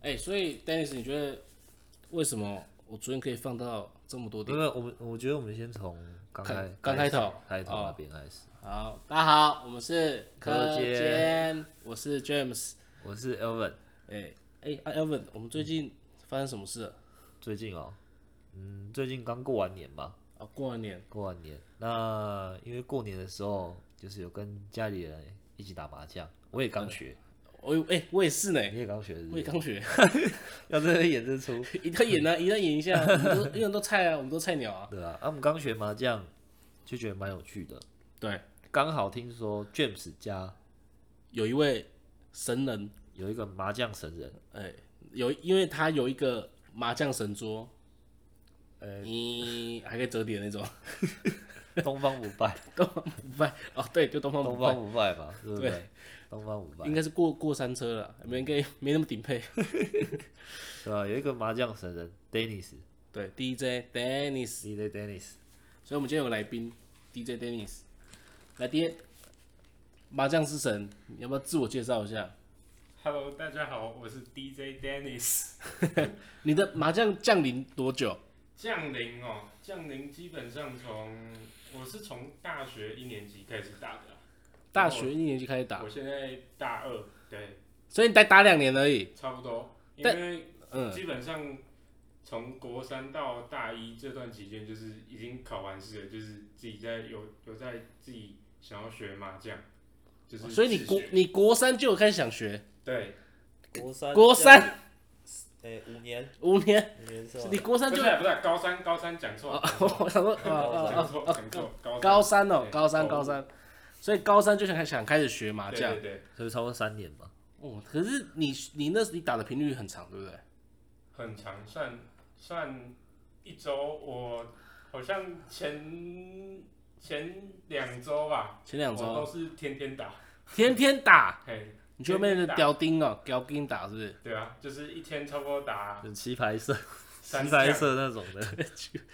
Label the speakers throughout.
Speaker 1: 哎、所以 Dennis，你觉得为什么我昨天可以放到这么多
Speaker 2: 因
Speaker 1: 点？
Speaker 2: 为我们我觉得我们先从刚
Speaker 1: 看
Speaker 2: 开
Speaker 1: 刚开
Speaker 2: 始
Speaker 1: 头
Speaker 2: 开头
Speaker 1: 哦
Speaker 2: 那边开始。
Speaker 1: 好，大家好，我们是
Speaker 2: 柯
Speaker 1: 柯
Speaker 2: 间
Speaker 1: 间，我是 James。
Speaker 2: 我是 Elvin，
Speaker 1: 哎、哎、啊 Elvin，我们最近发生什么事了？
Speaker 2: 最近哦，嗯，最近刚过完年吧，
Speaker 1: 啊，过完年
Speaker 2: 过完年。那因为过年的时候，就是有跟家里人一起打麻将，我也刚学，
Speaker 1: 我有哎、我也是呢，
Speaker 2: 你也刚学是不
Speaker 1: 我也
Speaker 2: 是，
Speaker 1: 刚学，
Speaker 2: 要真的演这出，
Speaker 1: 一定要演啊，一定要演一下，我们都因为我们都菜啊，我们都菜鸟啊。
Speaker 2: 对啊，啊，我们刚学麻将就觉得蛮有趣的，
Speaker 1: 对，
Speaker 2: 刚好听说 James 家
Speaker 1: 有一位神人，
Speaker 2: 有一个麻将神人，
Speaker 1: 哎、有因为他有一个麻将神桌，哎嗯
Speaker 2: 呃
Speaker 1: 你还可以折叠那种，
Speaker 2: 东方不败，
Speaker 1: 东方不败哦，对，就 东方不
Speaker 2: 东
Speaker 1: 败
Speaker 2: 方，不败嘛，对不对？东方不败
Speaker 1: 应，该是过过山车了，没应该 没那么顶配。
Speaker 2: 对啊吧、有一个麻将神人 Dennis，
Speaker 1: 对，DJ Dennis，
Speaker 2: DJ Dennis，
Speaker 1: 所以我们今天有个来宾 DJ Dennis，来爹，麻将之神，你要不要自我介绍一下？
Speaker 3: Hello，大家好，我是 DJ Dennis。
Speaker 1: 你的麻将降临多久？
Speaker 3: 降临哦，降临基本上从我是从大学一年级开始打的啊，
Speaker 1: 大学一年级开始打，
Speaker 3: 我现在大二，对，
Speaker 1: 所以你才打两年而已。
Speaker 3: 差不多。因
Speaker 1: 但
Speaker 3: 为
Speaker 1: 嗯，
Speaker 3: 基本上从国三到大一这段期间，就是已经考完试了，就是自己在有有在自己想要学麻将，就是
Speaker 1: 哦所以你
Speaker 3: 自
Speaker 1: 国
Speaker 3: 学
Speaker 1: 你国三就有开始想学，
Speaker 3: 对，
Speaker 4: 国三
Speaker 1: 国三
Speaker 4: 降临，哎、五年，
Speaker 1: 五年，
Speaker 4: 五年是吧？
Speaker 1: 你国三
Speaker 3: 不
Speaker 1: 就是
Speaker 3: 不是高三高三讲
Speaker 1: 哦
Speaker 3: 错 了，讲，错
Speaker 1: 我想说哦哦
Speaker 3: 了讲错了
Speaker 1: 哦
Speaker 3: 讲
Speaker 1: 哦，
Speaker 3: 错
Speaker 1: 高
Speaker 3: 了，高
Speaker 1: 三哦，
Speaker 3: 对
Speaker 1: 高三
Speaker 3: 哦
Speaker 1: 高三，所以高三就想想开始学麻
Speaker 3: 对
Speaker 1: 将
Speaker 3: 对。对，
Speaker 2: 所以超过三年嘛。
Speaker 1: 哦，可是你你那时你打的频率很长，对不对？
Speaker 3: 很长，算算一周，我好像前前两周吧，
Speaker 1: 前两
Speaker 3: 哦我都
Speaker 1: 周
Speaker 3: 是天天打，
Speaker 1: 天天打，
Speaker 3: 嘿，
Speaker 1: 你就被
Speaker 3: 天
Speaker 1: 那
Speaker 3: 天打
Speaker 1: 屌丁哦，屌丁打是不是？
Speaker 3: 对啊，就是一天差不多
Speaker 4: 啊
Speaker 3: 打
Speaker 2: 就棋牌社、
Speaker 3: 三
Speaker 2: 棋牌
Speaker 3: 将，
Speaker 2: 社那种的，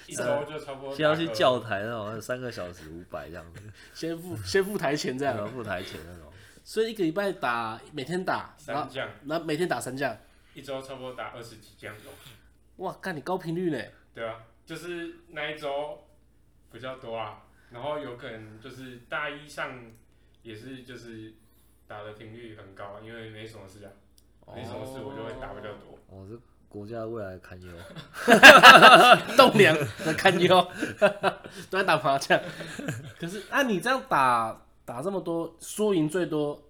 Speaker 3: 一周就差不多
Speaker 2: 先要去
Speaker 3: 打个
Speaker 2: 教台那种，三个小时五百这样子，
Speaker 1: 先付 先付台钱这
Speaker 2: 然
Speaker 3: 嗯
Speaker 2: 后
Speaker 1: 样，
Speaker 2: 付台钱那种。
Speaker 1: 所以一个礼拜打每天打，然
Speaker 3: 三
Speaker 1: 后
Speaker 3: 将，
Speaker 1: 然后每天打三将，
Speaker 3: 一周差不多打二十几将，
Speaker 1: 哇，干你高频 率呢？
Speaker 3: 对啊，就是那一周比较多啊，然后有可能就是大一上也是就是打的频率很高，因为没什么事啊，没什么事我就会打比较多。
Speaker 2: 我是哦国家未来的堪忧，
Speaker 1: 栋梁的堪忧， 都在打麻将。可是按、你这样打打这么多，输赢最多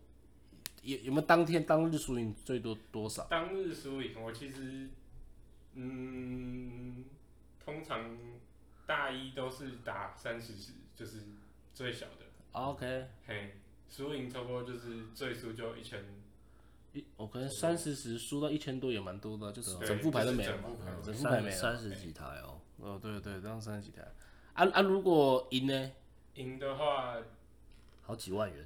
Speaker 1: 有有没有当天当日输赢最多多少？
Speaker 3: 当日输赢，我其实，嗯，通常大一都是打三十十，就是最小的，
Speaker 1: 啊 OK，
Speaker 3: 嘿，输赢差不多就是最输就一千，
Speaker 1: 一我可能三四十输到一千多也蛮多的，就是
Speaker 3: 对
Speaker 1: 整副牌都没
Speaker 3: 就
Speaker 1: 了
Speaker 3: 是
Speaker 1: 嘛整
Speaker 3: 整副牌，
Speaker 1: 副牌
Speaker 2: 三
Speaker 1: 没了。
Speaker 2: 三十几台哦，
Speaker 1: 哦，对对，这样三十几台。啊啊，如果赢呢？
Speaker 3: 赢的话
Speaker 2: 好几万元。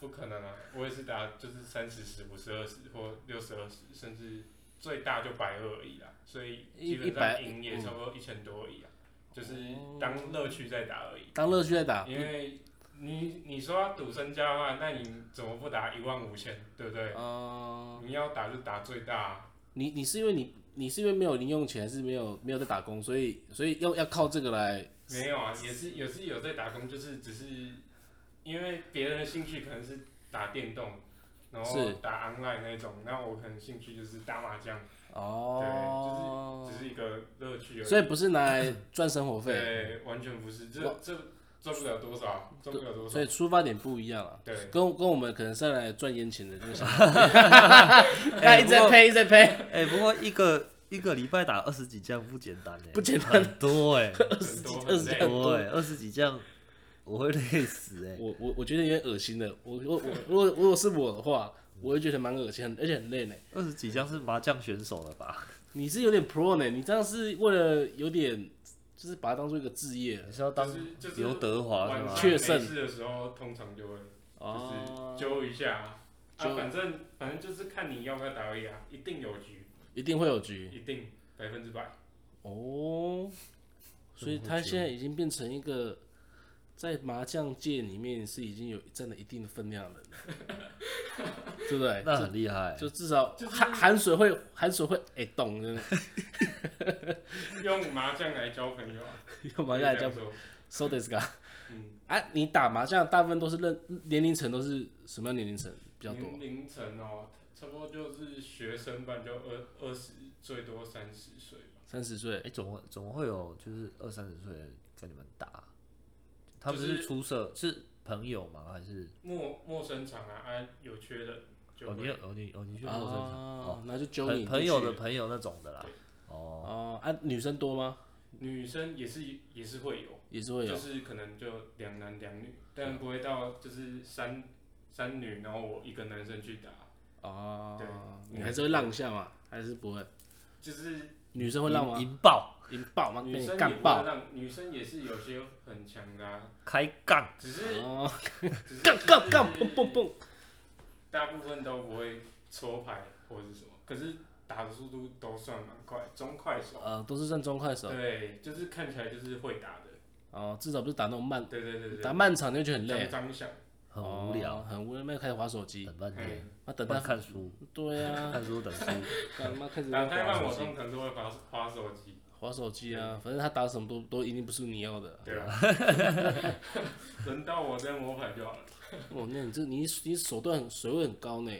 Speaker 3: 不可能啊，我也是打就是三十十、五十二十或六十二十，甚至最大就百二而已啦，所以
Speaker 1: 一嗯哦
Speaker 3: 基
Speaker 1: 100
Speaker 3: 本上赢也差不多一千多而已啊，就是当乐趣在打而已。
Speaker 1: 当乐趣在打，
Speaker 3: 因为你你说要赌身家的话，那你怎么不打一万五千，对不对？
Speaker 1: 嗯，
Speaker 3: 你要打就打最大啊、
Speaker 1: 你你是因为你你是因为没有零用钱，还是没有没有在打工，所以所以要要靠这个来
Speaker 3: 没有啊，也是也是有在打工，就是只是因为别人的兴趣可能是打电动，然后
Speaker 1: 是
Speaker 3: 打 online 那种，那我可能兴趣就是打麻将，
Speaker 1: 哦。
Speaker 3: 只是一个乐趣而已。
Speaker 1: 所以不是拿来赚生活费，
Speaker 3: 对，完全不是，这
Speaker 1: 我
Speaker 3: 这赚不了多少，啊赚不了多
Speaker 1: 所
Speaker 3: 少
Speaker 1: 以。出发点不一样了。
Speaker 3: 对
Speaker 1: 跟跟我们可能是来赚烟钱的，就是 哎，一直在赔，一直在赔，
Speaker 2: 哎，不过一个一个礼拜打二十几将不简单哎，
Speaker 1: 不简单
Speaker 2: 很多哎，
Speaker 3: 很多
Speaker 1: 二十
Speaker 3: 很
Speaker 1: 几
Speaker 3: 累
Speaker 1: 很
Speaker 2: 很多哎，二十几将我会累死哎。
Speaker 1: 我我我觉得有点恶心的。我我我如果如果是我的话，我会觉得蛮恶心，而且很累呢。
Speaker 2: 二十几将是麻将选手了吧？
Speaker 1: 你是有点 pro 呢，你这样是为了有点就是把它当做一个置业
Speaker 2: 你是要当
Speaker 3: 就是就是
Speaker 2: 刘德华是
Speaker 3: 晚
Speaker 2: 吗
Speaker 3: 上？
Speaker 1: 啊确
Speaker 3: 没
Speaker 1: 胜
Speaker 3: 事的时候，通常就会。就是
Speaker 1: 哦，
Speaker 3: 揪一下啊，
Speaker 1: 揪
Speaker 3: 啊反正反正就是看你要不要打而已啊，一定有局，
Speaker 1: 一定会有局
Speaker 3: 一定百分之百。
Speaker 1: 哦。所以他现在已经变成一个在麻将界里面是已经有占了一定的分量的人了。对不对？
Speaker 2: 那很厉害。
Speaker 1: 就至少
Speaker 3: 就是
Speaker 1: 含含水会含水会哎动， 真的
Speaker 3: 用麻将来交朋友啊，
Speaker 1: 用麻将来交
Speaker 3: 可以这样说，
Speaker 1: so this guy
Speaker 3: 嗯，
Speaker 1: 啊，你打麻将大部分都是认年龄层都是什么样年龄层比较多？
Speaker 3: 凌凌晨哦，差不多就是学生班就二二十，最多三十岁吧。
Speaker 1: 三十岁
Speaker 2: 哎、总会总会有就是二三十岁的跟你们打，他们
Speaker 3: 就是
Speaker 2: 出社是朋友吗？还是
Speaker 3: 陌陌生场啊，啊有缺的就
Speaker 2: 哦你
Speaker 3: 会
Speaker 2: 有哦你哦你去陌生场
Speaker 1: 哦，那就揪
Speaker 2: 朋
Speaker 1: 你
Speaker 2: 朋友
Speaker 3: 去
Speaker 2: 的朋友那种的啦。哦，
Speaker 1: 哦啊，女生多吗？
Speaker 3: 女生也是也是会有，
Speaker 1: 也是会有
Speaker 3: 就是可能就两男两女，但不会到就是三三女，然后我一个男生去打，
Speaker 1: 哦
Speaker 3: 对，
Speaker 1: 你还是会让一下嘛，还是不会？
Speaker 3: 就是
Speaker 1: 女生会让
Speaker 2: 引
Speaker 1: 吗？
Speaker 2: 引爆
Speaker 1: 引爆吗？
Speaker 3: 女
Speaker 1: 被
Speaker 3: 生
Speaker 1: 你
Speaker 3: 也
Speaker 1: 干
Speaker 3: 不会
Speaker 1: 爆
Speaker 3: 让女生也是有些很强的、啊，
Speaker 2: 开杠，
Speaker 3: 只是
Speaker 1: 哦，
Speaker 3: 只是
Speaker 1: 干干干
Speaker 3: 就是
Speaker 1: 蹦蹦蹦，
Speaker 3: 大部分都不会搓牌或者是什么，可是打的速度都算蛮快，中快手。
Speaker 1: 呃，都是算中快手
Speaker 3: 对，就是看起来就是会打的。
Speaker 1: 哦，至少不是打那种慢
Speaker 3: 对对对对，
Speaker 1: 打漫长那就很累啊
Speaker 3: 张，张响，
Speaker 2: 很无聊，
Speaker 1: 哦，很无聊，那开始划手机，
Speaker 2: 等半天，
Speaker 1: 啊，等
Speaker 2: 不然
Speaker 1: 他
Speaker 2: 看书，
Speaker 1: 对啊，
Speaker 2: 看书 等书，
Speaker 1: 干嘛开始
Speaker 3: 打太慢
Speaker 1: 划
Speaker 3: 我
Speaker 1: 手机
Speaker 3: 通常都会划划手机，
Speaker 1: 划手机啊，反正他打什么都都一定不是你要的。
Speaker 3: 对啊。轮到我再摸牌就好了，
Speaker 1: 哦，那你这你你手段很水位很高呢，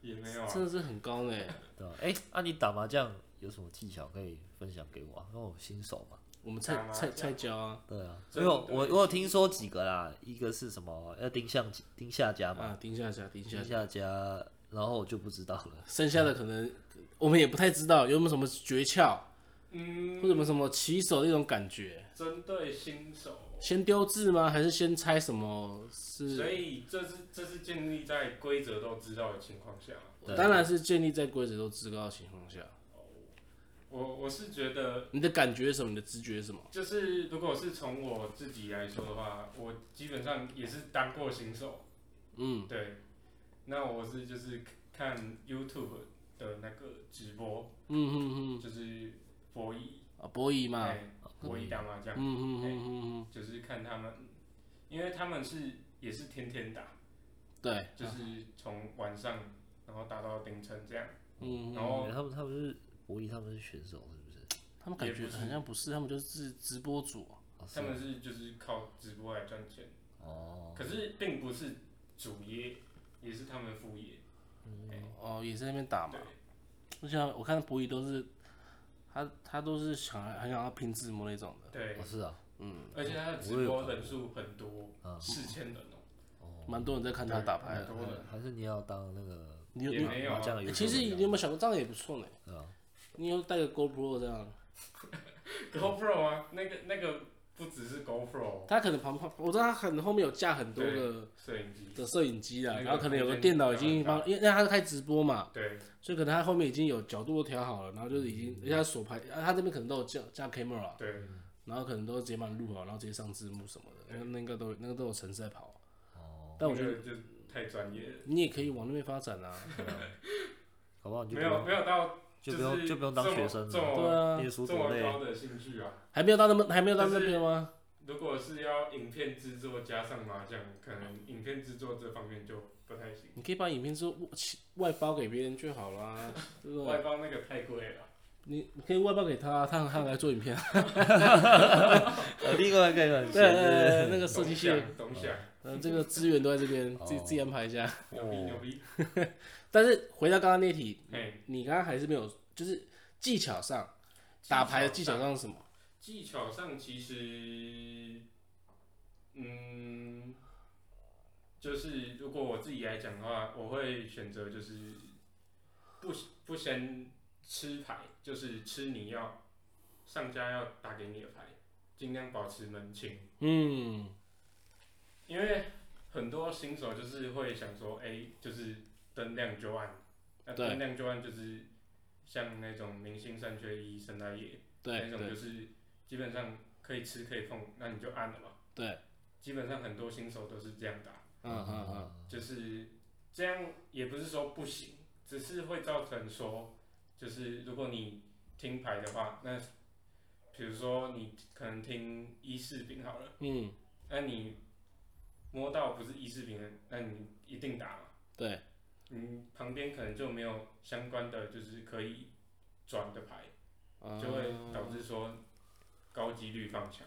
Speaker 3: 也没有啊。
Speaker 1: 真的是很高呢。
Speaker 2: 对吧？哎、那、你打麻将有什么技巧可以分享给我、啊？因为我新手嘛。
Speaker 1: 我们
Speaker 3: 打
Speaker 1: 菜
Speaker 3: 麻
Speaker 1: 菜
Speaker 3: 将
Speaker 1: 菜椒啊，
Speaker 2: 对啊，
Speaker 3: 真
Speaker 2: 因
Speaker 3: 的
Speaker 2: 为我我我有听说几个啦，一个是什么要盯下盯下家嘛，
Speaker 1: 啊，盯下下盯下
Speaker 2: 盯
Speaker 1: 下，
Speaker 2: 下家，然后我就不知道了。
Speaker 1: 剩下的可能我们也不太知道有没有什么诀窍，
Speaker 3: 嗯，
Speaker 1: 或者有没有什么起手的一种感觉。
Speaker 3: 针对新手，
Speaker 1: 先丢字吗？还是先猜什么
Speaker 3: 所
Speaker 1: 是？
Speaker 3: 以这是这是建立在规则都知道的情况下啊。
Speaker 2: 对
Speaker 1: 当然是建立在规则都知道的情况下。
Speaker 3: 我我是觉得
Speaker 1: 你的感觉是什么？你的直觉是什么？
Speaker 3: 就是如果是从我自己来说的话，我基本上也是当过新手，
Speaker 1: 嗯，
Speaker 3: 对。那我是就是看 YouTube 的那个直播，
Speaker 1: 嗯嗯嗯
Speaker 3: 就是博弈
Speaker 1: 嗯，啊，博弈嘛，
Speaker 3: 哎博弈打麻
Speaker 1: 嗯
Speaker 3: 将，
Speaker 1: 嗯嗯嗯嗯，
Speaker 3: 就是看他们，因为他们是也是天天打，哎
Speaker 1: 对，嗯
Speaker 3: 就是从晚上然后打到凌晨这样，
Speaker 1: 嗯，嗯
Speaker 3: 然后
Speaker 2: 欸他们他们是博弈，他们是选手是不是？
Speaker 1: 他们感
Speaker 3: 也
Speaker 1: 觉
Speaker 3: 不是
Speaker 1: 好像不是，他们就是直播主。
Speaker 2: 哦是
Speaker 3: 他们
Speaker 2: 吗
Speaker 3: 是就是靠直播来赚钱，
Speaker 2: 哦，
Speaker 3: 可是并不是主业，也是他们副业，
Speaker 1: 哦，也是那边打嘛
Speaker 3: 嗯对。
Speaker 1: 我想我看博弈都是，他他都是想很想要拼字幕那种的，
Speaker 3: 对
Speaker 2: 哦，是啊，
Speaker 1: 嗯，
Speaker 3: 而且他的直播人数很多，
Speaker 1: 啊
Speaker 3: 四千人哦、
Speaker 2: 哦，
Speaker 1: 蛮多人在看他打牌
Speaker 3: 对
Speaker 1: 的
Speaker 3: 蛮。多的
Speaker 2: 还是你要当那个
Speaker 1: 你有
Speaker 3: 也
Speaker 1: 你
Speaker 3: 没有
Speaker 2: 麻
Speaker 3: 啊
Speaker 2: 将
Speaker 1: 有
Speaker 2: 有
Speaker 1: 其实你有没有想过这样也不错呢？
Speaker 2: 对啊，
Speaker 1: 你有带个 GoPro 这样，
Speaker 3: GoPro 啊，那个那个不只是 GoPro
Speaker 1: 他可能旁旁我知道他可能后面有架很多个
Speaker 3: 摄影机，
Speaker 1: 的摄影机啊，
Speaker 3: 那个
Speaker 1: 然后可能有个电脑已经帮，因为因为他是开直播嘛，
Speaker 3: 对，
Speaker 1: 所以可能他后面已经有角度都调好了，然后就是已经人家手拍，啊他这边可能都有架架 camera，啊
Speaker 3: 对，
Speaker 1: 然后可能都直接把你录好，然后直接上字幕什么的，那个那个都有那个都有城市在跑。
Speaker 2: 哦，
Speaker 1: 但我觉得
Speaker 3: 那个就太专业了，
Speaker 1: 你也可以往那边发展啊。
Speaker 2: 搞不好你就
Speaker 3: 没
Speaker 2: 不
Speaker 3: 有
Speaker 2: 用
Speaker 3: 没有到
Speaker 2: 就不用
Speaker 3: 是
Speaker 2: 就不用当
Speaker 3: 这么
Speaker 2: 学生
Speaker 3: 这
Speaker 2: 了，
Speaker 1: 对
Speaker 3: 么
Speaker 1: 啊，
Speaker 2: 念
Speaker 3: 这
Speaker 2: 书多
Speaker 3: 么
Speaker 2: 累
Speaker 3: 高的兴趣啊。
Speaker 1: 还没有到那么还没有到那边吗？
Speaker 3: 如果是要影片制作加上麻将，可能影片制作这方面就不太行，
Speaker 1: 你可以把影片之后外包给别人就好啦，对不
Speaker 3: 外
Speaker 1: 对？
Speaker 3: 包那个太贵了，
Speaker 1: 你你可以外包给他，啊他他来做影片。
Speaker 2: 呃，另外一个人
Speaker 1: 对
Speaker 2: 是
Speaker 1: 对对，对那个设
Speaker 3: 懂
Speaker 1: 计系的，
Speaker 3: 想懂想，
Speaker 1: 嗯，这个资源都在这边，
Speaker 2: 哦
Speaker 1: 自己自己安排一下。
Speaker 3: 牛逼牛逼，
Speaker 1: 但是回到刚刚那题，
Speaker 3: 哎，
Speaker 1: 你刚刚还是没有，就是技巧上打牌的技巧上是什么？
Speaker 3: 技巧上其实，嗯，就是如果我自己来讲的话，我会选择就是不不先吃牌，就是吃你要上家要打给你的牌，尽量保持门清，
Speaker 1: 嗯，
Speaker 3: 因为很多新手就是会想说，哎、就是灯亮就暗，那
Speaker 1: 对
Speaker 3: 灯亮就暗就是像那种明星三缺一、圣诞夜。
Speaker 1: 对
Speaker 3: 那种就
Speaker 1: 对
Speaker 3: 是基本上可以吃可以碰，那你就按了嘛。
Speaker 1: 对，
Speaker 3: 基本上很多新手都是这样打，
Speaker 1: 嗯嗯嗯，
Speaker 3: 就是这样也不是说不行，只是会造成说，就是如果你听牌的话，那比如说你可能听一啊四饼好了，
Speaker 1: 嗯，
Speaker 3: 那你摸到不是一四饼的，那你一定打嘛。
Speaker 1: 对，
Speaker 3: 嗯，旁边可能就没有相关的就是可以转的牌，
Speaker 1: 嗯
Speaker 3: 就会导致说高几率放枪。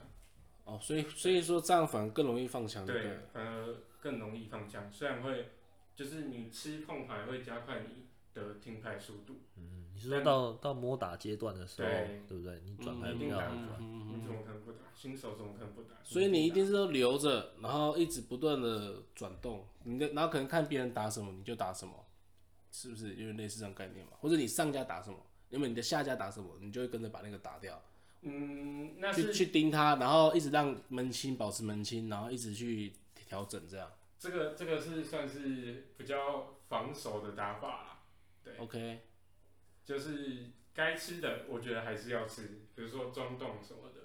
Speaker 1: 哦，所以所以说这样反而更容易放枪，对不
Speaker 3: 对
Speaker 1: 对，，
Speaker 3: 反而更容易放枪。虽然会，就是你吃碰牌会加快你的听牌速度，
Speaker 2: 嗯，你是说到到摸打阶段的时候，
Speaker 3: 对
Speaker 2: 对不对？你转牌
Speaker 3: 嗯
Speaker 2: 比较好
Speaker 3: 嗯
Speaker 2: 转，
Speaker 1: 嗯
Speaker 3: 你怎么可能不打？新手怎么可能不打？
Speaker 1: 所以你一
Speaker 3: 打
Speaker 1: 定是都留着，然后一直不断的转动，你的然后可能看别人打什么你就打什么，是不是有点类似这样概念嘛？或者你上家打什么，那么你的下家打什么，你就会跟着把那个打掉，
Speaker 3: 嗯，那
Speaker 1: 去
Speaker 3: 是
Speaker 1: 去盯他，然后一直让门清保持门清，然后一直去调整这样。
Speaker 3: 这个这个是算是比较防守的打法啦。对，
Speaker 1: OK，
Speaker 3: 就是该吃的，我觉得还是要吃，比如说装洞什么的。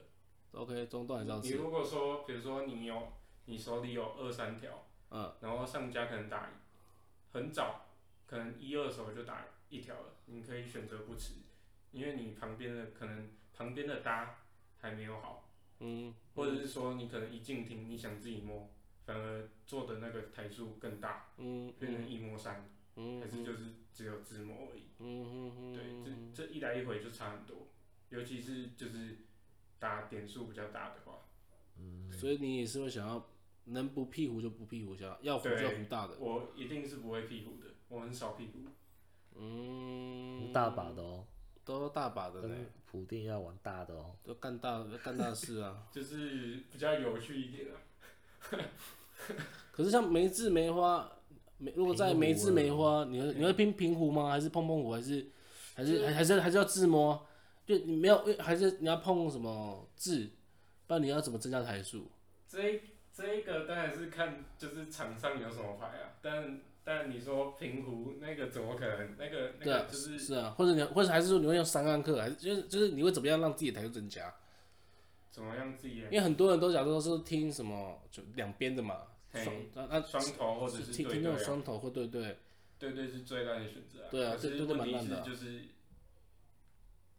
Speaker 1: OK，中段还是要
Speaker 3: 你
Speaker 1: 吃，
Speaker 3: 如果说，比如说你有你手里有二三条，
Speaker 1: 嗯，
Speaker 3: 然后上家可能打很早，可能一二手就打一条了，你可以选择不吃，因为你旁边的可能旁边的搭还没有好，
Speaker 1: 嗯，
Speaker 3: 或者是说你可能一进厅你想自己摸，反而做的那个台数更大，
Speaker 1: 嗯
Speaker 3: 变
Speaker 1: 嗯
Speaker 3: 成一摸三，
Speaker 1: 嗯
Speaker 3: 还是就是只有自摸而已。
Speaker 1: 嗯嗯
Speaker 3: 对，
Speaker 1: 嗯，
Speaker 3: 这这一来一回就差很多，尤其是就是打点数比较大的话，
Speaker 1: 所以你也是会想要能不屁股就不屁股，想要要胡就要胡大的，
Speaker 3: 我一定是不会屁股的，我很少屁股。
Speaker 1: 嗯，
Speaker 2: 大把的哦，
Speaker 1: 都大把的呢。
Speaker 2: 跟普定要玩大的哦。
Speaker 1: 都干大干大事啊！
Speaker 3: 就是比较有趣一点啊。
Speaker 1: 可是像梅枝梅花，梅如果在梅枝梅花，你会你会拼平胡吗？还是碰碰胡？还是还是还还是还是要自摸？就你没有，还是你要碰什么字？不然你要怎么增加台数？
Speaker 3: 这一这一个当然是看就是场上有什么牌啊，但但你说平湖那个怎么可能？那个那
Speaker 1: 对
Speaker 3: 个
Speaker 1: 啊，
Speaker 3: 就是
Speaker 1: 是啊，或者你或者还是说你会用三暗克，还是就是就是你会怎么样让自己的台数增加？
Speaker 3: 怎么样自己
Speaker 1: 因为很多人都假如说是听什么就两边的嘛，
Speaker 3: 嘿
Speaker 1: 双那那
Speaker 3: 双头或者是
Speaker 1: 听
Speaker 3: 对
Speaker 1: 听那种
Speaker 3: 对啊，
Speaker 1: 双头或对对，
Speaker 3: 对对是最烂的选择啊。
Speaker 1: 对啊
Speaker 3: 可
Speaker 1: 这
Speaker 3: 是
Speaker 1: 这都
Speaker 3: 问
Speaker 1: 蛮
Speaker 3: 题
Speaker 1: 烂的
Speaker 3: 是
Speaker 1: 啊
Speaker 3: 就是，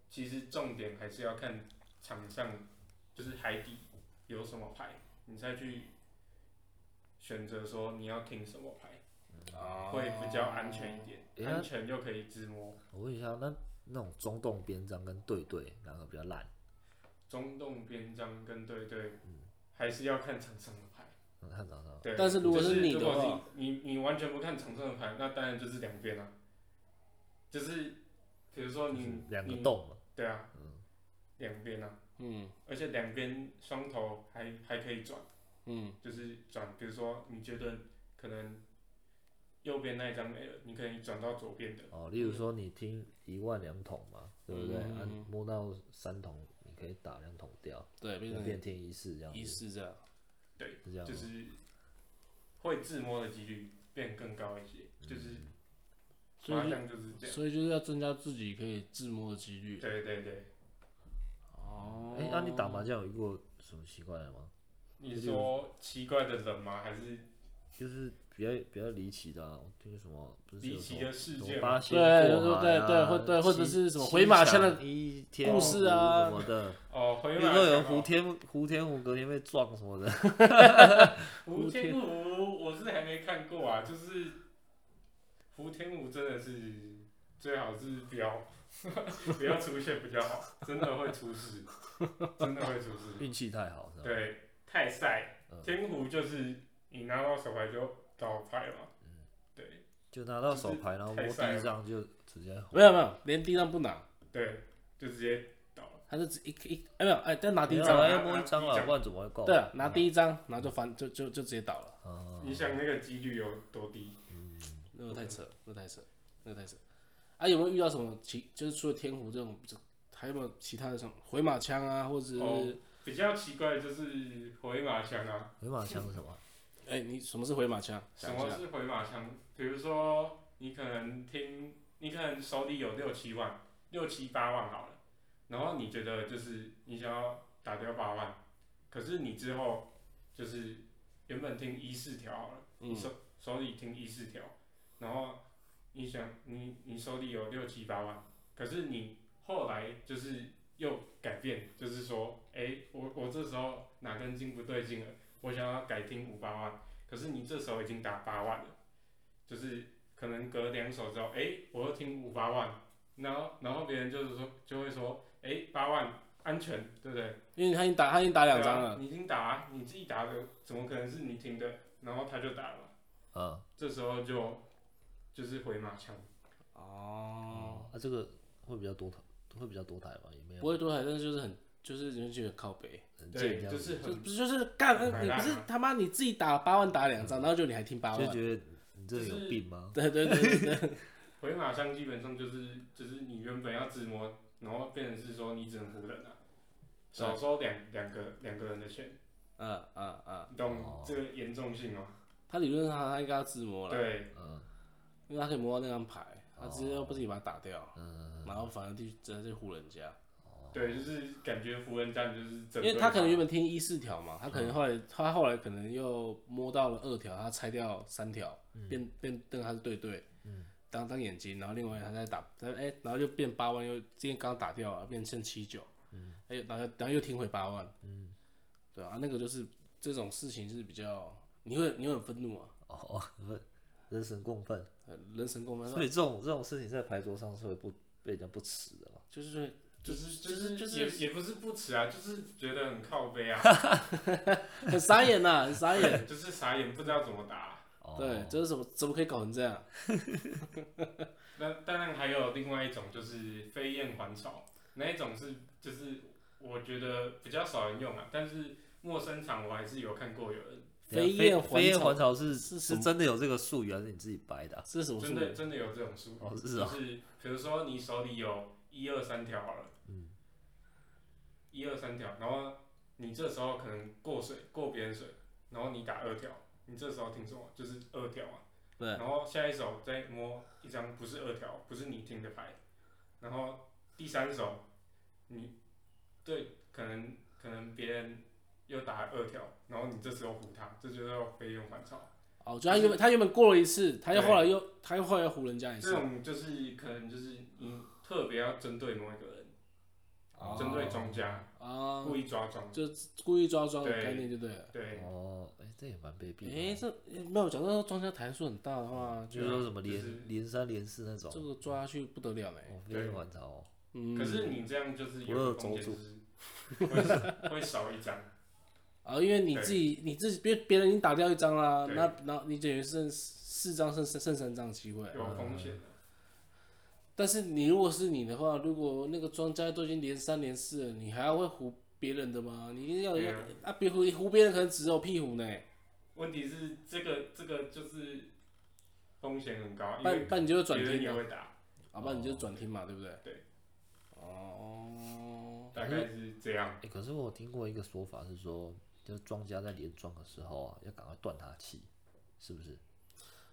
Speaker 3: 其实重点还是要看场上就是海底有什么牌，你再去选择说你要听什么牌，
Speaker 1: 哦
Speaker 3: 啊会比较安全一点，
Speaker 1: 哎
Speaker 2: 诶
Speaker 3: 安全又可以自摸。
Speaker 2: 我问一下，那那种中洞边章跟对对哪个比较烂？
Speaker 3: 中洞边章跟对对，还是要看场上的牌。
Speaker 2: 嗯看早上
Speaker 3: 对，
Speaker 1: 嗯但是如果
Speaker 3: 就是
Speaker 1: 是你
Speaker 3: 如
Speaker 1: 的
Speaker 3: 果
Speaker 1: 话
Speaker 3: 是你你完全不看场上的牌，那当然就是两边啊，就是比如说你
Speaker 2: 两个
Speaker 3: 你
Speaker 2: 洞嘛，
Speaker 3: 对啊，两边啊，
Speaker 1: 嗯
Speaker 3: 而且两边双头还还可以转，
Speaker 1: 嗯
Speaker 3: 就是转，比如说你觉得可能右边那一张没了，你可以转到左边的，
Speaker 2: 哦，例如
Speaker 3: 嗯
Speaker 2: 说你听一万两桶嘛，对不对？
Speaker 1: 嗯
Speaker 2: 啊，摸到三桶，你可以打两桶掉，
Speaker 1: 对，变
Speaker 2: 就
Speaker 1: 成
Speaker 2: 变天一式这样
Speaker 1: 一
Speaker 2: 子，
Speaker 1: 式这样。
Speaker 3: 对，
Speaker 2: 是这样
Speaker 3: 就
Speaker 2: 吗？
Speaker 3: 是会自摸的几率变更高一些，
Speaker 2: 嗯
Speaker 3: 就是
Speaker 1: 所以
Speaker 3: 麻
Speaker 1: 就
Speaker 3: 将就是这样，
Speaker 1: 所以就是要增加自己可以自摸的几率。
Speaker 3: 对对对。
Speaker 1: 哦
Speaker 2: 哎，那你打麻将有遇过什么奇怪的吗？
Speaker 3: 你说奇怪的人吗？还是
Speaker 2: 就是比较比较离奇的、啊，我听什么不是
Speaker 3: 离
Speaker 2: 有
Speaker 3: 奇
Speaker 2: 什么
Speaker 3: 的事
Speaker 2: 什么
Speaker 3: 件
Speaker 2: 八仙
Speaker 1: 对
Speaker 2: 过海
Speaker 1: 对
Speaker 2: 啊
Speaker 1: 对或对或者
Speaker 2: 七
Speaker 1: 是什么
Speaker 2: 七
Speaker 1: 回马枪的
Speaker 2: 场一天
Speaker 1: 故事啊
Speaker 2: 什么的，
Speaker 3: 哦，回
Speaker 2: 比
Speaker 3: 马
Speaker 2: 如说有
Speaker 3: 枪
Speaker 2: 胡
Speaker 3: 哦、
Speaker 2: 天胡天胡隔天被撞什么 的，
Speaker 3: 胡天武，我是还没看过啊，就是胡天武真的是最好是不要 不要出现比较好，真的会 出事，真的会出事。
Speaker 2: 运气太好是吧？
Speaker 3: 对，太晒
Speaker 2: 嗯，
Speaker 3: 天胡就是你拿到手牌就倒牌嘛，
Speaker 2: 嗯
Speaker 3: 对
Speaker 2: 就拿到手牌，然后摸
Speaker 3: 太晒
Speaker 2: 地
Speaker 3: 了
Speaker 2: 上就直接
Speaker 1: 没有没有，连第一张不拿，
Speaker 3: 对，就直接倒了。
Speaker 1: 他是只一一哎没有哎，但拿第一
Speaker 2: 没有
Speaker 1: 张
Speaker 2: 啊，
Speaker 1: 啊，
Speaker 2: 要摸一张
Speaker 3: 拿
Speaker 2: 了，
Speaker 3: 第一张
Speaker 2: 不然怎么会够？啊
Speaker 1: 对，啊拿第一张，然后就翻就就就直接倒了，
Speaker 2: 哦
Speaker 3: 你想那个几率有多低？
Speaker 1: 那个太扯，那个太扯，那个太扯。啊，有没有遇到什么其就是除了天胡这种，这还有没有其他的什么回马枪啊，或者是
Speaker 3: 哦比较奇怪的就是回马枪啊，
Speaker 2: 回马枪是什么？
Speaker 1: 哎你什么是回马枪？
Speaker 3: 什
Speaker 1: 讲一
Speaker 3: 么
Speaker 1: 下。
Speaker 3: 是回马枪？比如说，你可能听，你可能手里有六七万、六七八万好了，然后你觉得就是你想要打掉八万，可是你之后就是原本听一四条好了，你手手里听一四条，然后你想你你手里有六七八万，可是你后来就是又改变，就是说，哎、我我这时候哪根筋不对劲了，我想要改听五八万。可是你这时候已经打八万了，就是可能隔两手之后，哎、我又听五八万，然后然后别人就是说就会说，哎、八万安全，对不对？
Speaker 1: 嗯因为他已经打他已经打两张
Speaker 3: 对啊
Speaker 1: 了，
Speaker 3: 你已经打，你自己打的，怎么可能是你听的？然后他就打了，
Speaker 2: 嗯，
Speaker 3: 这时候就就是回马枪，啊
Speaker 1: 哦，
Speaker 2: 哦，那这个会比较多台，会比较多台吧？也没有
Speaker 1: 不会多台，但是就是很就是你会觉得很靠北，
Speaker 2: 很贱
Speaker 3: 对，
Speaker 2: 这样
Speaker 3: 就
Speaker 2: 子，
Speaker 3: 是
Speaker 1: 就
Speaker 3: 很
Speaker 1: 不是就是干
Speaker 3: 嗯很白
Speaker 1: 你
Speaker 3: 烂
Speaker 1: 不
Speaker 3: 啊
Speaker 1: 是他妈你自己打八万打两张，然后就你还听八
Speaker 2: 就
Speaker 1: 万，
Speaker 2: 觉得你这人
Speaker 3: 就是
Speaker 2: 有病吗？
Speaker 1: 对对对对 对，
Speaker 3: 回马枪，基本上就是就是你原本要自摸，然后变成是说你只能服人啊，少收两两个两个人的钱，
Speaker 1: 嗯嗯嗯，
Speaker 3: 你懂
Speaker 2: 哦
Speaker 3: 这个严重性吗？
Speaker 1: 他理论上他应该要自摸了，
Speaker 3: 对，
Speaker 2: 嗯
Speaker 1: 因为他可以摸到那张牌，他直接
Speaker 2: 哦
Speaker 1: 不自己把它打掉，
Speaker 2: 嗯，
Speaker 1: 然后反而去直接去唬人家，
Speaker 3: 对，就是感觉服人战就是整个，
Speaker 1: 哦因为他可能原本听一四条嘛，他可能后来他后来可能又摸到了二条，他拆掉三条，变变瞪他是对对，当当眼睛，然后另外他在打，他哎、然后就变八万，又今天刚打掉了，啊变成七九，嗯，哎、然后然后又听回八万，嗯，对啊，那个就是这种事情是比较你会你会很愤怒啊，
Speaker 2: 哦，不人神共愤，
Speaker 1: 很人神共愤，
Speaker 2: 所以这种这种事情在牌桌上是会不被人家不耻的嘛？
Speaker 1: 就是说
Speaker 3: 就是就
Speaker 1: 就是
Speaker 3: 是
Speaker 1: 就是
Speaker 3: 也也不是不耻啊，就是觉得很靠背啊，
Speaker 1: 很傻眼呐、很傻 眼，
Speaker 3: 就是傻眼不知道怎么打。啊
Speaker 2: 哦
Speaker 1: 对，这是什么怎么可以搞成这样？
Speaker 3: 那当然还有另外一种就是飞燕还巢，那一种是就是我觉得比较少人用啊，但是陌生场我还是有看过有人
Speaker 2: 等一下
Speaker 1: 燕
Speaker 2: 啊飞飞燕
Speaker 1: 还
Speaker 2: 还巢是
Speaker 1: 是
Speaker 2: 是
Speaker 1: 什么
Speaker 2: 真的有这个术语还是你自己掰的啊？
Speaker 1: 这是什么
Speaker 3: 真
Speaker 1: 术
Speaker 3: 的
Speaker 1: 语？
Speaker 3: 真的有这种书，
Speaker 2: 哦是啊
Speaker 3: 就是比如说你手里有一二三条好了，
Speaker 2: 嗯
Speaker 3: 一二三条，然后你这时候可能过水过别人水，然后你打二条，你这时候听什么？就是二条啊，
Speaker 1: 对，
Speaker 3: 然后下一手再摸一张不是二条，不是你听的牌，然后第三手你对可能可能别人又打二条，然后你这时候胡他，这就叫飞燕还朝。
Speaker 1: 哦，就他原本他原本过了一次，他又
Speaker 3: 对
Speaker 1: 后来又他又后来又唬人家一
Speaker 3: 这
Speaker 1: 次，
Speaker 3: 种就是可能就是你特别要针对某一个人，
Speaker 1: 哦
Speaker 3: 针对庄家，
Speaker 1: 啊，
Speaker 3: 故意抓庄。
Speaker 1: 就故意抓庄的
Speaker 3: 对
Speaker 1: 概念就对了。
Speaker 3: 对，
Speaker 2: 哦，哎，这也蛮卑鄙的。
Speaker 1: 诶，这没有讲到庄家台数很大的话，
Speaker 2: 就
Speaker 1: 啊就是
Speaker 2: 说什么
Speaker 3: 就是
Speaker 2: 连连三连四那种
Speaker 1: 这，个抓下去不得了呢。欸
Speaker 2: 哦，飞燕还巢哦，
Speaker 1: 嗯，
Speaker 3: 可是你这样就是有个风险，就是会会少 一张。
Speaker 1: 啊，因为你
Speaker 3: 对
Speaker 1: 自己你自己别别人已经打掉一张啦，
Speaker 3: 对
Speaker 1: 那那你等于剩四张剩剩三张机会。
Speaker 3: 有风险的。
Speaker 1: 但是你如果是你的话，如果那个庄家都已经连三连四了，你还要会唬别人的吗？你一定要
Speaker 3: 对啊
Speaker 1: 啊，别唬唬别人可能只有屁股呢。
Speaker 3: 问题是这个这个就是风险很高，因
Speaker 1: 半
Speaker 3: 为
Speaker 1: 半你就会转
Speaker 3: 别人
Speaker 1: 听
Speaker 3: 也
Speaker 1: 啊，
Speaker 3: 会打，
Speaker 1: 啊，半你
Speaker 2: 哦
Speaker 1: 就转听嘛，对不对？
Speaker 3: 对。
Speaker 1: 哦，
Speaker 3: 大概是这样。
Speaker 2: 哎，可是我听过一个说法是说，就是庄家在连庄的时候啊，要赶快断他气，是不是？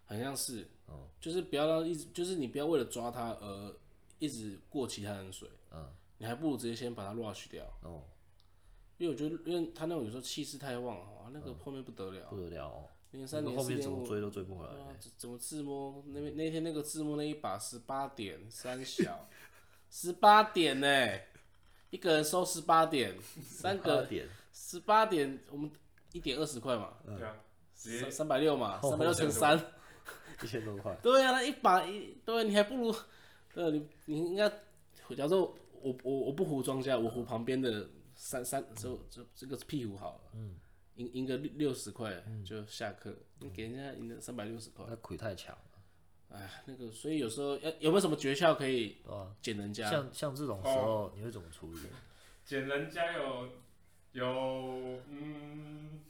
Speaker 1: 很像是，
Speaker 2: 嗯
Speaker 1: 就是不要让一直，就是你不要为了抓他而一直过其他人水，
Speaker 2: 嗯
Speaker 1: 你还不如直接先把他 rush 掉，
Speaker 2: 哦，
Speaker 1: 因为我觉得，因为他那种有时候气势太旺哦，那个后面不得了，
Speaker 2: 不得了哦，
Speaker 1: 连三
Speaker 2: 嗯那
Speaker 1: 连
Speaker 2: 后
Speaker 1: 四
Speaker 2: 面
Speaker 1: 连
Speaker 2: 怎么哎
Speaker 1: 五。
Speaker 2: 追都追不回来欸
Speaker 1: 对啊
Speaker 2: 嘞。
Speaker 1: 怎怎么自摸？那边那天那个自摸那一把十八点三小， 十八点呢、一个人收十八点，三
Speaker 2: 八
Speaker 1: 个
Speaker 2: 点，
Speaker 1: 十八点，我们一点二十块嘛，
Speaker 2: 嗯
Speaker 3: 对啊，直
Speaker 1: 三
Speaker 3: 接
Speaker 1: 三百六嘛，
Speaker 2: 哦
Speaker 1: 三百六乘三，
Speaker 2: 一千多块。
Speaker 1: 对啊，那一把一，对啊，你还不如，对啊，你你应该，假如说我我我不胡庄家，我胡旁边的三三就就这个屁股好了，嗯，赢赢个六六十块就下课，你给人家赢了三百六十块。
Speaker 2: 那亏太强了，
Speaker 1: 哎，那个，所以有时候要有没有什么诀窍可以
Speaker 2: 对
Speaker 3: 啊
Speaker 2: 吧？
Speaker 1: 减人家？
Speaker 2: 像像这种时
Speaker 3: 哦
Speaker 2: 候，你会怎么处理？啊
Speaker 3: 捡人家有有嗯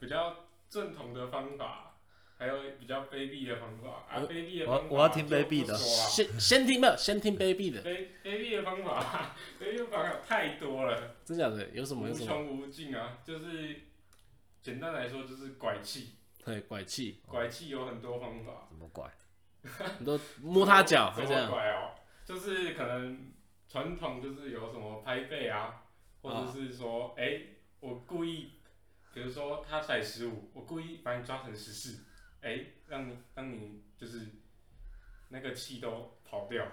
Speaker 3: 比较正统的方法，还有比较卑鄙的方法啊，卑鄙的方法
Speaker 2: 我我要听卑鄙的
Speaker 3: 就不说啊
Speaker 1: 先先听没有，先听卑鄙的，
Speaker 3: 卑卑鄙的方法， 卑鄙的方法太多了。
Speaker 1: 真假的？有什么有
Speaker 3: 无
Speaker 1: 什么？
Speaker 3: 穷无尽啊，就是简单来说就是拐气，
Speaker 1: 对，拐气，
Speaker 3: 拐气有很多方法，
Speaker 2: 怎么拐？
Speaker 1: 你都摸他脚，
Speaker 3: 怎
Speaker 1: 还这
Speaker 3: 么
Speaker 1: 样？
Speaker 3: 拐哦？就是可能传统就是有什么拍背啊，或者是
Speaker 1: 啊
Speaker 3: 说，哎、我故意，比如说他踩十五，我故意把你抓成十四，哎，让你让你就是那个气都跑掉，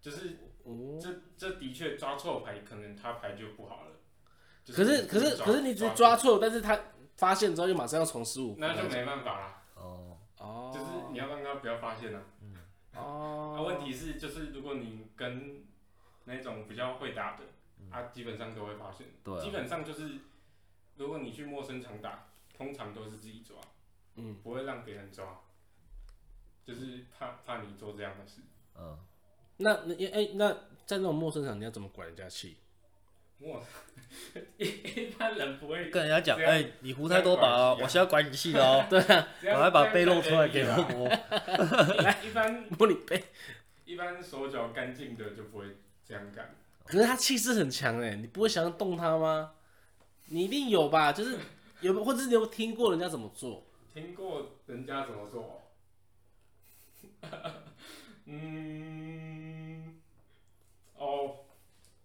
Speaker 3: 就是
Speaker 1: 哦，
Speaker 3: 这这的确抓错牌，可能他牌就不好了。就
Speaker 1: 可是可是
Speaker 3: 抓
Speaker 1: 可是你只是抓错，但是他发现之后就马上要从十五，
Speaker 3: 那就没办法啦。
Speaker 2: 哦，
Speaker 1: 哦，
Speaker 3: 就是你要让他不要发现啊。
Speaker 1: 哦
Speaker 3: 啊，问题是就是如果你跟那种比较会打的，啊，基本上都会发现。
Speaker 2: 嗯对啊
Speaker 3: 基本上就是如果你去陌生场打，通常都是自己抓，
Speaker 1: 嗯，
Speaker 3: 不会让别人抓，就是怕怕你做这样的事。
Speaker 2: 嗯，
Speaker 1: 那那哎、那在那种陌生场，你要怎么管人家气？
Speaker 3: 哇，一 一般人不会
Speaker 2: 跟人家讲，
Speaker 3: 这样
Speaker 2: 哎、你胡太多把
Speaker 3: 这样管
Speaker 2: 哦，
Speaker 3: 你啊
Speaker 2: 我现在管你戏了 哦，
Speaker 3: 这样
Speaker 2: 赶快把
Speaker 3: 这
Speaker 2: 杯
Speaker 3: 样
Speaker 2: 露出来给
Speaker 3: 才
Speaker 2: 我
Speaker 3: 可以啊。
Speaker 2: 摸。
Speaker 3: 来， 一般
Speaker 1: 摸你背，
Speaker 3: 一般手脚干净的就不会这样干。
Speaker 1: 可是他气势很强哎，你不会想要动他吗？你一定有吧？就是有没有，或者是你有没有听过人家怎么 做？
Speaker 3: 听过人家怎么做？ 嗯，哦，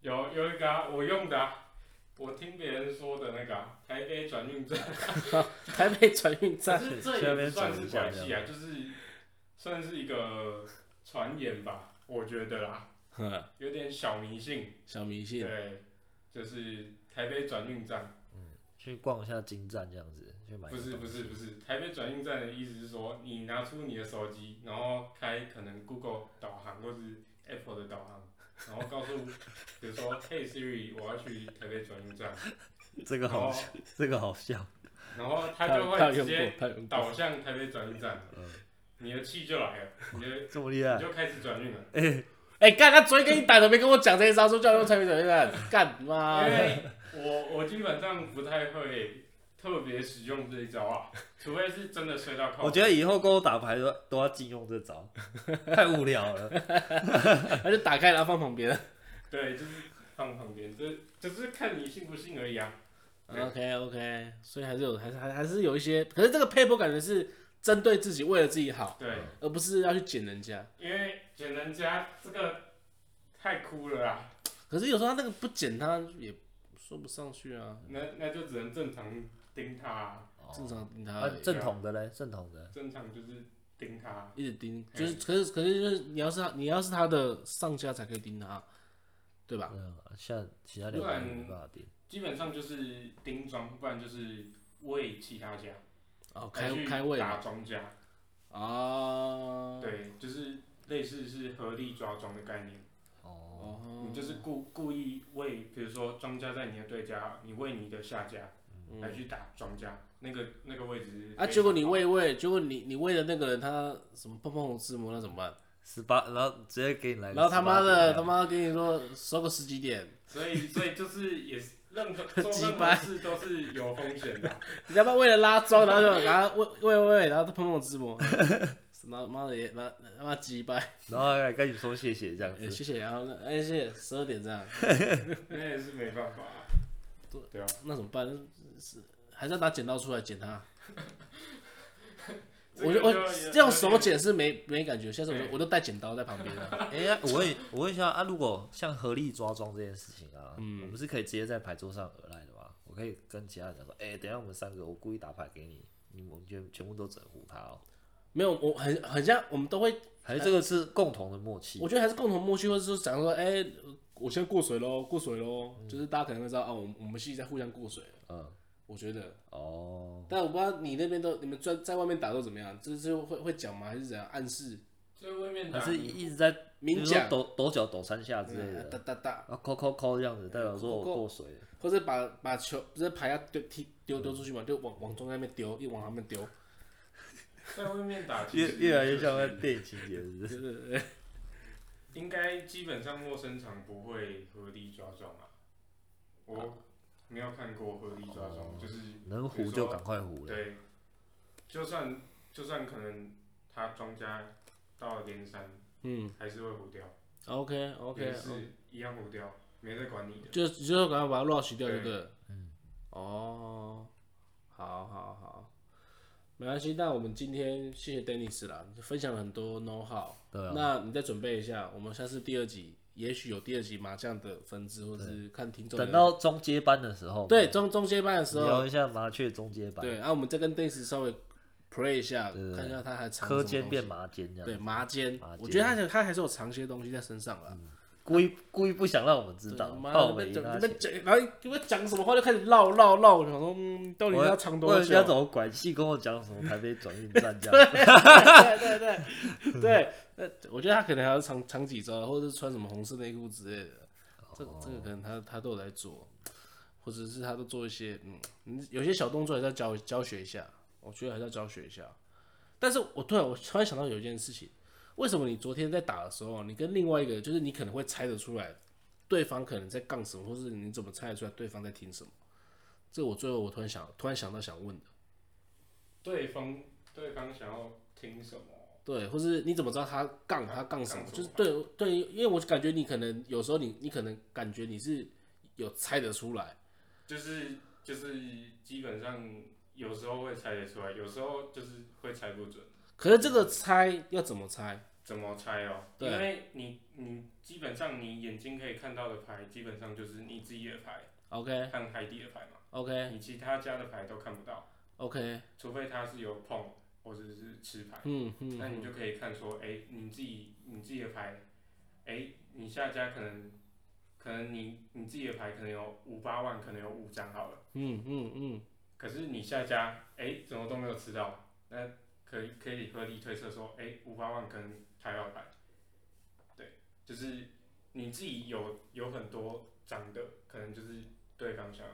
Speaker 3: 有有一个啊、我用的啊、我听别人说的那个啊、台北转 运站，
Speaker 1: 台北转运
Speaker 3: 可
Speaker 1: 站，
Speaker 3: 是
Speaker 2: 去
Speaker 3: 这
Speaker 2: 那
Speaker 3: 也
Speaker 2: 边
Speaker 3: 不算
Speaker 2: 转
Speaker 3: 是
Speaker 2: 一下
Speaker 3: 拐
Speaker 2: 这
Speaker 3: 气啊，就是算是一个传言吧，我觉得啦，
Speaker 1: 呵
Speaker 3: 有点小迷信。
Speaker 1: 小迷信，
Speaker 3: 对，就是台北转运站。
Speaker 2: 去逛一下金站这样子，去买个
Speaker 3: 不是
Speaker 2: 东
Speaker 3: 不
Speaker 2: 西
Speaker 3: 是不是，台北转运站的意思是说，你拿出你的手机，然后开可能 Google 导航或是 Apple 的导航，然后告诉， 比如说 Hey Siri，我要去台北转 运站，
Speaker 2: 这个
Speaker 3: 然
Speaker 2: 好
Speaker 3: 后，
Speaker 2: 这个好笑，
Speaker 3: 然后
Speaker 1: 他
Speaker 3: 它就
Speaker 1: 他
Speaker 3: 会
Speaker 1: 有
Speaker 3: 直
Speaker 1: 用
Speaker 3: 接
Speaker 1: 过，他有用过。
Speaker 3: 导向台北转运站，你的气就来了，你的
Speaker 2: 这么厉
Speaker 3: 你
Speaker 2: 害，
Speaker 3: 就开始转运了，
Speaker 1: 哎、干他昨天跟你打的没跟我讲这一招，说叫我用台北转运站，干妈
Speaker 2: 啊
Speaker 3: 因
Speaker 1: 的！
Speaker 3: 为我我基本上不太会特别使用这一招啊，除非是真的睡到靠
Speaker 2: 我
Speaker 3: 北。
Speaker 2: 觉得以后跟我打牌都都要禁用这 招，太无聊了。
Speaker 1: 他就打开然后放旁边。
Speaker 3: 对，就是放旁边，这只是看你信不信而已啊。对
Speaker 1: OK OK，所以还是有，还是还还是有一些，可是这个 paper 感觉是针对自己，为了自己好，
Speaker 3: 对，
Speaker 1: 而不是要去捡人家。
Speaker 3: 因为捡人家这个太酷了啊啦，
Speaker 1: 可是有时候他那个不捡他也说不上去啊，
Speaker 3: 那那就只能正常盯他啊、
Speaker 1: 正常盯他
Speaker 2: 啊
Speaker 1: 而已、，
Speaker 2: 正统的嘞，正统的，
Speaker 3: 正常就是盯啊他。
Speaker 1: 一直盯，
Speaker 3: 哎
Speaker 1: 就是可是可是就是你要是他你要是他的上家才可以盯他，对啊吧？
Speaker 2: 嗯，像其他两
Speaker 3: 不
Speaker 2: 个
Speaker 3: 然
Speaker 2: 人没办法点，
Speaker 3: 基本上就是盯庄，不然就是喂其他家，
Speaker 1: 哦，
Speaker 3: 来
Speaker 1: 开
Speaker 3: 去
Speaker 1: 开胃嘛
Speaker 3: 打庄家。
Speaker 1: 哦，，
Speaker 3: 对，就是类似是合力抓庄的概念，
Speaker 2: 哦，
Speaker 1: 哦
Speaker 3: 你，就是故故意喂，比如说庄家在你的对家，你喂你的下家来去打庄家，那个那个位置是
Speaker 1: 嗯啊，
Speaker 3: 非
Speaker 1: 结果
Speaker 3: 常
Speaker 1: 你
Speaker 3: 好
Speaker 1: 喂一喂，结果你你喂的那个人他什么碰碰红自摸，那怎么办？
Speaker 2: 十八，然后直接给
Speaker 3: 哎
Speaker 2: 你来个18点这样，
Speaker 1: 然后他妈的他妈跟你说收个十几点，
Speaker 3: 所以，所以就是也是任何 做
Speaker 1: 鸡
Speaker 3: 任
Speaker 1: 掰
Speaker 3: 何事都是有风险的。
Speaker 1: 你他妈为了拉妆，然后就然后喂喂喂喂，然后碰碰自摸，然后妈的也妈他妈鸡掰，
Speaker 2: 然后还跟你说谢谢这样
Speaker 1: 哎
Speaker 2: 子，
Speaker 1: 谢谢，然后那哎谢谢，十二点这样，
Speaker 3: 那也是没办法、啊。
Speaker 1: 对
Speaker 3: 对啊，
Speaker 1: 那怎么办？是还是要拿剪刀出来剪他？
Speaker 3: 这
Speaker 1: 我
Speaker 3: 个
Speaker 1: 就我
Speaker 3: 就
Speaker 1: 用手剪是没没感觉，下次我就
Speaker 3: 对
Speaker 1: 我就带剪刀在旁边啊了。
Speaker 2: 哎、呀，我问我问一下啊，如果像合力抓庄这件事情啊，
Speaker 1: 嗯
Speaker 2: 我们是可以直接在牌桌上而来的吗？我可以跟其他人讲说，哎、等一下我们三个，我故意打牌给你，你们全全部都整糊他哦。
Speaker 1: 没有，我很很像我们都会，
Speaker 2: 还是这个是共同的默契
Speaker 1: 我觉得还是共同默契，或者是讲说，哎、我先过水喽，过水喽，就是大家可能会知道，哦，我们我们系在互相过水。
Speaker 2: 嗯，
Speaker 1: 我觉得，
Speaker 2: 哦，
Speaker 1: 但我不知道你那边都你们在在外面打都怎么样，这是会会讲吗？还是怎样暗示
Speaker 3: 最外面
Speaker 2: 还
Speaker 3: 打
Speaker 2: 是一直在
Speaker 1: 明
Speaker 2: 比如说
Speaker 1: 讲
Speaker 2: 抖抖脚抖三下之类
Speaker 1: 嗯哒
Speaker 2: 的，
Speaker 1: 哒哒，
Speaker 2: 然后扣扣扣这样子，代表说我
Speaker 1: 扣扣
Speaker 2: 过水了。
Speaker 1: 或者把把球不是牌要丢踢丢丢出去嘛，就往往中间那边丢，一往旁边丢，
Speaker 3: 在外面打，
Speaker 2: 越越来越像在
Speaker 3: 在。
Speaker 2: 电影情节，是不是？
Speaker 3: 应该基本上陌生场不会合力抓庄啊。我没有看过合力抓庄，就是
Speaker 2: 能糊就赶快糊了。
Speaker 3: 对，就算就算可能他庄家到了连三，
Speaker 1: 嗯
Speaker 3: 还是会糊掉
Speaker 1: ，OK OK，哦
Speaker 3: 也是一样糊掉，没在管你的。
Speaker 1: 就就是赶快把它 rush 掉就
Speaker 3: 对
Speaker 1: 对了。嗯，哦，好好好，没关系。那我们今天谢谢 Dennis 啦，分享了很多 know how。
Speaker 2: 对啊
Speaker 1: 那你再准备一下，我们下次第二集也许有第二集麻将的分支，或是看听众的
Speaker 2: 等到中阶班的时候，
Speaker 1: 对中中阶班的时候，
Speaker 2: 聊一下麻雀中阶班，
Speaker 1: 对，啊然后我们再跟 Dennis 稍微 play 一下，
Speaker 2: 对对
Speaker 1: 看一下他还藏什么
Speaker 2: 科
Speaker 1: 东西
Speaker 2: 尖变麻尖这样。
Speaker 1: 对麻尖
Speaker 2: 麻，尖嗯
Speaker 1: 我觉得他他还是有藏一些东西在身上啦。啊
Speaker 2: 故意故意不想让我们知道，
Speaker 1: 妈
Speaker 2: 怕
Speaker 1: 的，
Speaker 2: 我
Speaker 1: 你们
Speaker 2: 们赢
Speaker 1: 讲
Speaker 2: 他
Speaker 1: 你
Speaker 2: 钱
Speaker 1: 们。讲，然后你们讲什么话就开始唠唠唠，我想说，嗯，到底
Speaker 2: 我
Speaker 1: 要唱
Speaker 2: 我
Speaker 1: 多
Speaker 2: 人
Speaker 1: 久？
Speaker 2: 家
Speaker 1: 啊
Speaker 2: 怎么管戏跟我讲什么台北转运站这
Speaker 1: 对
Speaker 2: 样？
Speaker 1: 对对对对，那我觉得他可能还要藏藏几招，或者是穿什么红色内裤之类的。这个这个可能他他都有在做，或者是他都做一些嗯嗯，有些小动作还是要教教学一下，我觉得还是要教学一下。但是我突然我突然想到有一件事情，为什么你昨天在打的时候，你跟另外一个就是你可能会猜得出来，对方可能在杠什么，或是你怎么猜得出来对方在听什么？这我最后我突然想突然想到想问的，
Speaker 3: 对方对方想要听什么？
Speaker 1: 对，或是你怎么知道他杠他杠什么？
Speaker 3: 杠什么
Speaker 1: 就是对对，因为我感觉你可能有时候你你可能感觉你是有猜得出来，
Speaker 3: 就是就是基本上有时候会猜得出来，有时候就是会猜不准。
Speaker 1: 可是这
Speaker 3: 嗯
Speaker 1: 个猜要怎么猜？
Speaker 3: 怎么猜哦？
Speaker 1: 对
Speaker 3: 因为你你基本上你眼睛可以看到的牌，基本上就是你自己的牌
Speaker 1: OK
Speaker 3: 和海底的牌嘛，
Speaker 1: OK
Speaker 3: 你其他家的牌都看不到，
Speaker 1: OK，
Speaker 3: 除非他是有碰或者是吃牌，
Speaker 1: 嗯嗯
Speaker 3: 那你就可以看说，哎、你自己你自己的牌，哎、你下家可能可能你你自己的牌可能有五八万，可能有五张好了，
Speaker 1: 嗯嗯嗯，
Speaker 3: 可是你下家哎、怎么都没有吃到，那可以可以合理推测说，哎、五八万可能还要来，对，就是你自己有有很多张的，可能就是对方想要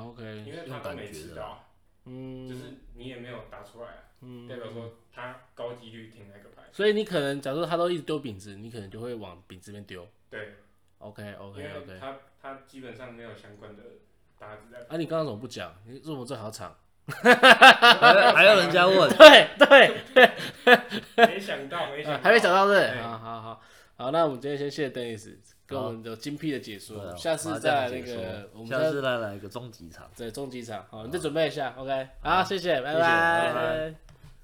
Speaker 3: 的，
Speaker 1: ，OK，
Speaker 3: 因为
Speaker 2: 用
Speaker 3: 他都
Speaker 2: 感
Speaker 3: 没
Speaker 2: 觉
Speaker 3: 吃
Speaker 2: 的
Speaker 3: 到啊，
Speaker 1: 嗯，
Speaker 3: 就是你也没有打出来、啊，
Speaker 1: 嗯
Speaker 3: 代表说他高几率停那个牌，
Speaker 1: 所以你可能假如他都一直丢饼子，你可能就会往饼子那边丢。
Speaker 3: 对，
Speaker 1: OK
Speaker 3: 因
Speaker 1: OK
Speaker 3: 为
Speaker 1: OK，
Speaker 3: 他他基本上没有相关的搭子在，
Speaker 1: 啊，你刚刚怎么不讲？你为什么这好 场？
Speaker 2: 还有还有 人家问，
Speaker 1: 对对，
Speaker 3: 没想到没想
Speaker 1: 呃
Speaker 3: 到，
Speaker 1: 还没讲到对，
Speaker 3: 对
Speaker 1: 好好好好，那我们今天先谢谢邓医师给我们有精辟的解
Speaker 2: 对
Speaker 1: 说，
Speaker 2: 啊
Speaker 1: 下次再那个我们
Speaker 2: 麻将解说下
Speaker 1: 再
Speaker 2: 次再来个终极场。
Speaker 1: 对终极场，好，你再准备一下，OK，好，谢谢，拜
Speaker 2: 谢谢
Speaker 1: 拜
Speaker 2: 拜拜。